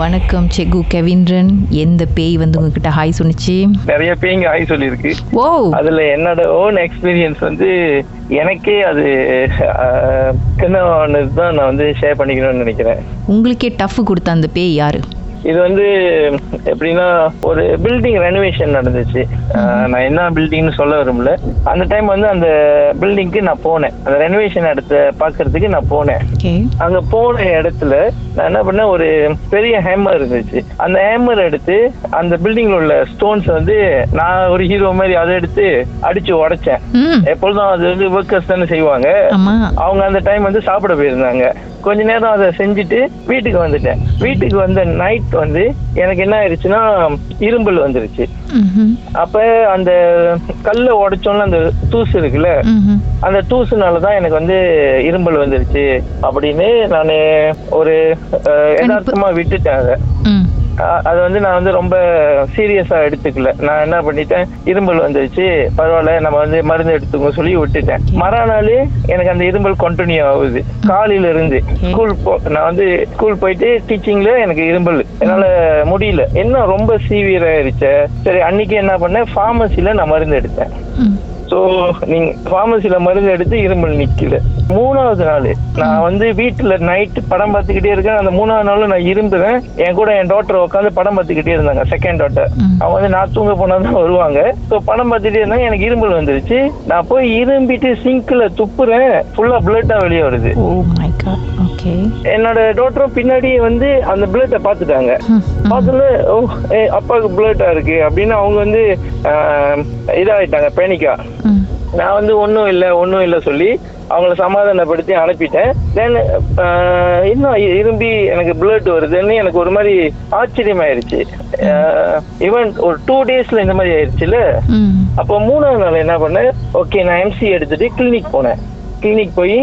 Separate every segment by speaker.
Speaker 1: வணக்கம் செகு கெவின்றன் எந்த பேய் வந்து உங்ககிட்ட ஹாய் சொன்னுச்சு
Speaker 2: நிறைய பேய்ங்க ஆய் சொல்லியிருக்கு
Speaker 1: ஓ
Speaker 2: அதுல என்னோட ஓன் எக்ஸ்பீரியன்ஸ் வந்து எனக்கே அது ஆஹ், என்ன தான் நான் வந்து ஷேர் பண்ணிக்கணும்னு நினைக்கிறேன்
Speaker 1: உங்களுக்கே டஃப் கொடுத்த அந்த பேய் யாரு
Speaker 2: இது வந்து எப்படின்னா ஒரு பில்டிங் ரெனோவேஷன் நடந்துச்சு ஆஹ், நான் என்ன பில்டிங்னு சொல்ல விரும்பல அந்த டைம் வந்து அந்த பில்டிங்க்கு நான் போனேன் அந்த ரெனோவேஷன் இடத்த பார்க்கறதுக்கு நான் போனேன்
Speaker 1: ஓகே
Speaker 2: அங்க போன இடத்துல நான் என்ன பண்ணேன் ஒரு பெரிய ஹேமர் இருந்துச்சு அந்த ஹேமர் எடுத்து அந்த பில்டிங்ல உள்ள ஸ்டோன்ஸ் வந்து நான் ஒரு ஹீரோ மாதிரி அதை எடுத்து அடிச்சு உடைச்சேன்
Speaker 1: ம்
Speaker 2: எப்பொழுதும் அது வந்து ஒர்க்கர்ஸ் தானே செய்வாங்க
Speaker 1: ஆமா
Speaker 2: அவங்க அந்த டைம் வந்து சாப்பிட போயிருந்தாங்க கொஞ்ச நேரம் அதை செஞ்சுட்டு வீட்டுக்கு வந்துட்டேன் வீட்டுக்கு வந்த நைட் வந்து எனக்கு என்ன ஆயிடுச்சுன்னா இரும்பல் வந்துருச்சு
Speaker 1: ம்ஹும்.
Speaker 2: அப்ப அந்த கல்லை உடைச்சோன்னு அந்த தூசு இருக்குல்ல
Speaker 1: ம்ஹும்.
Speaker 2: அந்த தூசுனால தான் எனக்கு வந்து இரும்பல் வந்துருச்சு அப்படின்னு நான் ஒரு அஹ், யதார்த்தமா விட்டுட்டேன் அதை
Speaker 1: ம்
Speaker 2: அ- அது வந்து நான் வந்து ரொம்ப சீரியஸா எடுத்துக்கல நான் என்ன பண்ணிட்டேன் இரும்பல் வந்துருச்சு பரவாயில்ல நம்ம வந்து மருந்து எடுத்துக்கோங்க சொல்லி விட்டுட்டேன் மறுநாள் எனக்கு அந்த இரும்பல் கண்டினியூ ஆகுது காலையில இருந்து ஸ்கூல் போ நான் வந்து ஸ்கூல் போயிட்டு டீச்சிங்ல எனக்கு இரும்பல் என்னால முடியல என்ன ரொம்ப சீவியர் ஆயிருச்சு சரி அன்னைக்கு என்ன பண்ணேன் ஃபார்மசில நான் மருந்து எடுத்தேன்
Speaker 1: ம்.
Speaker 2: ஸோ நீங்க ஃபார்மசில மருந்து எடுத்து இருமல் நிக்கல மூணாவது நாள் நான் வந்து வீட்டுல நைட் படம் பார்த்துக்கிட்டே இருக்கேன் அந்த மூணாவது நாள் நான் இரும்புறேன் என் கூட என் டாக்டர் உட்காந்து படம் பார்த்துக்கிட்டே இருந்தாங்க செகண்ட் டாக்டர்
Speaker 1: ம்.
Speaker 2: அவங்க வந்து நான் தூங்க போனாதான் வருவாங்க ஸோ படம் பார்த்துட்டே இருந்தாங்க எனக்கு இருமல் வந்துருச்சு நான் போய் இரும்பிட்டு சிங்க்ல துப்புறேன் ஃபுல்லா பிளட்டா வெளியே வருது
Speaker 1: oh my god Oh okay
Speaker 2: என்னோட டாக்டரும் பின்னாடியே வந்து அந்த பிளட்டை பார்த்துட்டாங்க
Speaker 1: ம், ம்.
Speaker 2: பார்த்துல ஓ ஏ அப்பாவுக்கு பிளட்டா இருக்கு அப்படின்னு அவங்க வந்து ஆஹ், இதாயிட்டாங்க பேனிக்கா
Speaker 1: ம்.
Speaker 2: நான் வந்து ஒன்றும் இல்லை ஒன்றும் இல்லை சொல்லி அவங்கள சமாதானப்படுத்தி அனுப்பிட்டேன் தென் இன்னும் இ- இரும்பி எனக்கு பிளட் வருதுன்னு எனக்கு ஒரு மாதிரி ஆச்சரியமாயிருச்சு ஈவன் ஒரு டூ டேஸ்ல இந்த மாதிரி ஆயிருச்சுல
Speaker 1: ம்.
Speaker 2: அப்போ மூணாவது நாள் என்ன பண்ணேன் ஓகே நான் எம்சி எடுத்துட்டு கிளினிக் போனேன் கிளினிக் போய்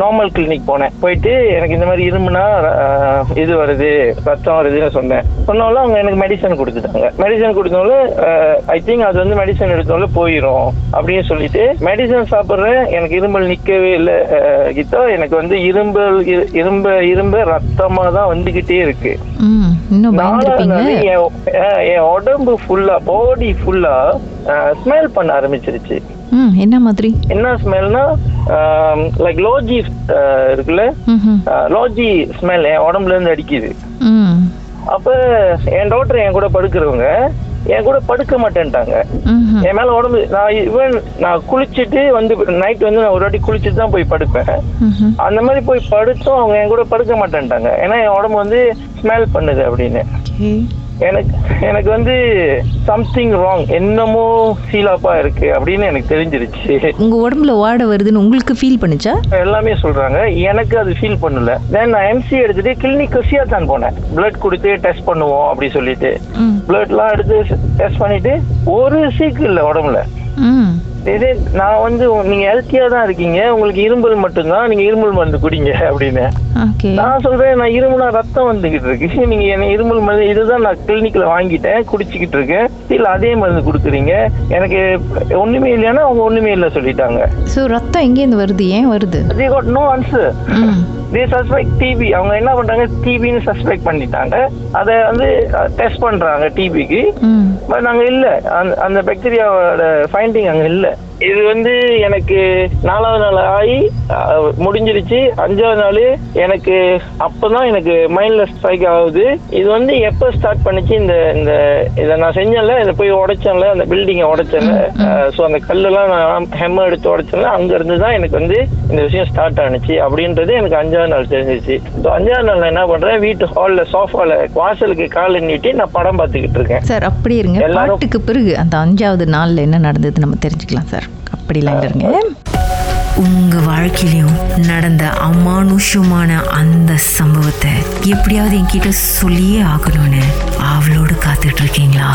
Speaker 2: நார்மல் கிளினிக் போனேன் போயிட்டு எனக்கு இந்த மாதிரி இருமுனா ஆஹ், இது வருது ரத்தம் வருதுன்னு சொன்னேன் சொன்னாலும் அவங்க எனக்கு மெடிசன் கொடுத்துட்டாங்க மெடிசன் கொடுத்தோம்ல ஐ திங்க் அது வந்து மெடிசன் எடுத்தோம்ல போயிடும் அப்படின்னு சொல்லிட்டு மெடிசன் சாப்பிட்றேன் எனக்கு இருமல் நிற்கவே இல்லை கிட்டா எனக்கு வந்து இரும்பல் இரு- இரும்ப இரும்ப ரத்தமாக தான் வந்துக்கிட்டே இருக்கு
Speaker 1: ம். இன்னும்
Speaker 2: நாலாவது
Speaker 1: பயந்துருப்பீங்க
Speaker 2: நாள் என் அஹ் என் உடம்பு ஃபுல்லா பாடி ஃபுல்லா ஸ்மெல் பண்ண ஆரம்பிச்சிருச்சு
Speaker 1: ம் என்ன மாதிரி
Speaker 2: என்ன ஸ்மெல்னா லைக் லோஜி இருக்குல்ல
Speaker 1: ம்ஹும்.
Speaker 2: லோஜி ஸ்மெல் என் உடம்புல இருந்து அடிக்குது
Speaker 1: ம்.
Speaker 2: அப்ப என் டாக்டர் என் கூட படுக்கிறவங்க என் கூட படுக்க மாட்டேன்ட்டாங்க
Speaker 1: ம்ஹும்.
Speaker 2: என் மேல உடம்பு நான் ஈவன் நான் குளிச்சுட்டு வந்து நைட் வந்து நான் ஒரு வாட்டி குளிச்சுட்டு தான் போய் படுப்பேன்
Speaker 1: ம்ஹும்.
Speaker 2: அந்த மாதிரி போய் படுத்தும் அவங்க என் கூட படுக்க மாட்டேன்ட்டாங்க ஏன்னா என் உடம்பு வந்து ஸ்மெல் பண்ணுது அப்படின்னு
Speaker 1: ஓகே
Speaker 2: எனக்கு எனக்கு வந்து சம்திங் ராங் என்னமோ சீலாப்பா இருக்கு அப்படின்னு எனக்கு தெரிஞ்சிருச்சு
Speaker 1: உங்க உடம்புல வாட வருதுன்னு உங்களுக்கு ஃபீல் பண்ணுச்சா
Speaker 2: எல்லாமே சொல்றாங்க எனக்கு அது ஃபீல் பண்ணல தென் நான் எம்சி எடுத்துட்டு கிளினிக் தான் போனேன் பிளட் கொடுத்து டெஸ்ட் பண்ணுவோம் அப்படி சொல்லிட்டு
Speaker 1: ம்.
Speaker 2: பிளட்லாம் எடுத்து டெஸ்ட் பண்ணிட்டு ஒரு சீக்கு இல்லை உடம்புல
Speaker 1: ம்.
Speaker 2: இதே நான் வந்து உ- நீங்க ஹெல்த்தியா தான் இருக்கீங்க உங்களுக்கு இரும்பல் மட்டும்தான் நீங்க இரும்பல் மருந்து குடிங்க அப்படின்னு
Speaker 1: ஓகே
Speaker 2: நான் சொல்றேன் நான் இருமலா ரத்தம் வந்துகிட்டு இருக்கு நீங்க என்ன இருமல் மருந்து இதுதான் நான் கிளினிக்ல வாங்கிட்டேன் குடிச்சுக்கிட்டு இருக்கேன் இல்ல அதே மருந்து கொடுக்குறீங்க எனக்கு ஒண்ணுமே இல்லைன்னா அவங்க ஒண்ணுமே இல்லை சொல்லிட்டாங்க
Speaker 1: ஸோ ரத்தம் எங்கேருந்து வருது ஏன் வருது
Speaker 2: தே காட் நோ ஆன்சர்
Speaker 1: ம்
Speaker 2: தே சஸ்பெக்ட் டிபி அவங்க என்ன பண்றாங்க டிபின்னு சஸ்பெக்ட் பண்ணிட்டாங்க அதை வந்து டெஸ்ட் பண்றாங்க டிபிக்கு
Speaker 1: ம்
Speaker 2: பட் அங்க இல்ல அந்த- அந்த பாக்டீரியாவோட ஃபைண்டிங் அங்க இல்ல இது வந்து எனக்கு நாலாவது நாள் ஆகி அஹ், முடிஞ்சிருச்சு அஞ்சாவது நாள் எனக்கு அப்பதான் எனக்கு மைண்ட்ல ஸ்ட்ரைக் ஆகுது இது வந்து எப்ப ஸ்டார்ட் பண்ணுச்சு இந்த இந்த இதை நான் செஞ்சேன்ல இதை போய் உடைச்சேன்ல அந்த பில்டிங்கை உடைச்சேன்ல ஸோ அந்த கல்லெல்லாம் நான் ஹெம்ம எடுத்து உடைச்சேன்ல அங்க இருந்து தான் எனக்கு வந்து இந்த விஷயம் ஸ்டார்ட் ஆனுச்சு அப்படின்றது எனக்கு அஞ்சாவது நாள் தெரிஞ்சிச்சு ஸோ அஞ்சாவது நாள் நான் என்ன பண்றேன் வீட்டு ஹால்ல சோஃபால வாசலுக்கு கால் நீட்டி நான் படம் பார்த்துக்கிட்டு இருக்கேன்
Speaker 1: சார் அப்படி இருங்க
Speaker 2: எல்லாரும்-
Speaker 1: பாட்டுக்கு பிறகு அந்த அஞ்சாவது நாள்ல என்ன நடந்தது நம்ம தெரிஞ்சுக்கலாம் சார் அப்படிலாம் இருங்க
Speaker 3: உங்க வாழ்க்கையிலும் நடந்த அமானுஷமான அந்த சம்பவத்தை எப்படியாவது என்கிட்ட சொல்லியே ஆகணும்னு அவளோடு காத்துட்டு இருக்கீங்களா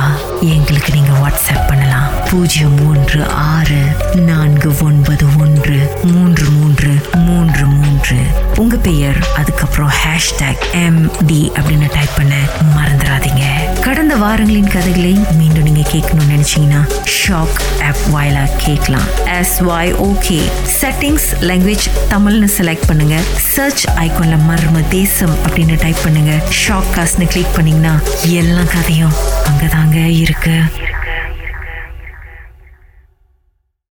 Speaker 3: எங்களுக்கு நீங்க வாட்ஸ்அப் பண்ணலாம் பூஜ்ஜியம் மூன்று ஆறு நான்கு ஒன்பது ஒன்று மூன்று மூன்று மூன்று மூன்று உங்க பெயர் அதுக்கப்புறம் ஹேஷ்டாக் எம் டி அப்படின்னு டைப் பண்ண மறந்துடாதீங்க கடந்த வாரங்களின் கதைகளை மீண்டும் நீங்க கேட்கணும்னு நினைச்சீங்கன்னா ஷாக் ஆப் வாயிலா கேட்கலாம் S Y okay settings language தமிழ்னு செலக்ட் பண்ணுங்க சர்ச் ஐக்கோன்ல மர்ம தேசம் அப்படின்னு டைப் பண்ணுங்க ஷாக் காஸ்ட்னு கிளிக் பண்ணீங்கன்னா எல்லா கதையும் அங்கதாங்க இருக்கு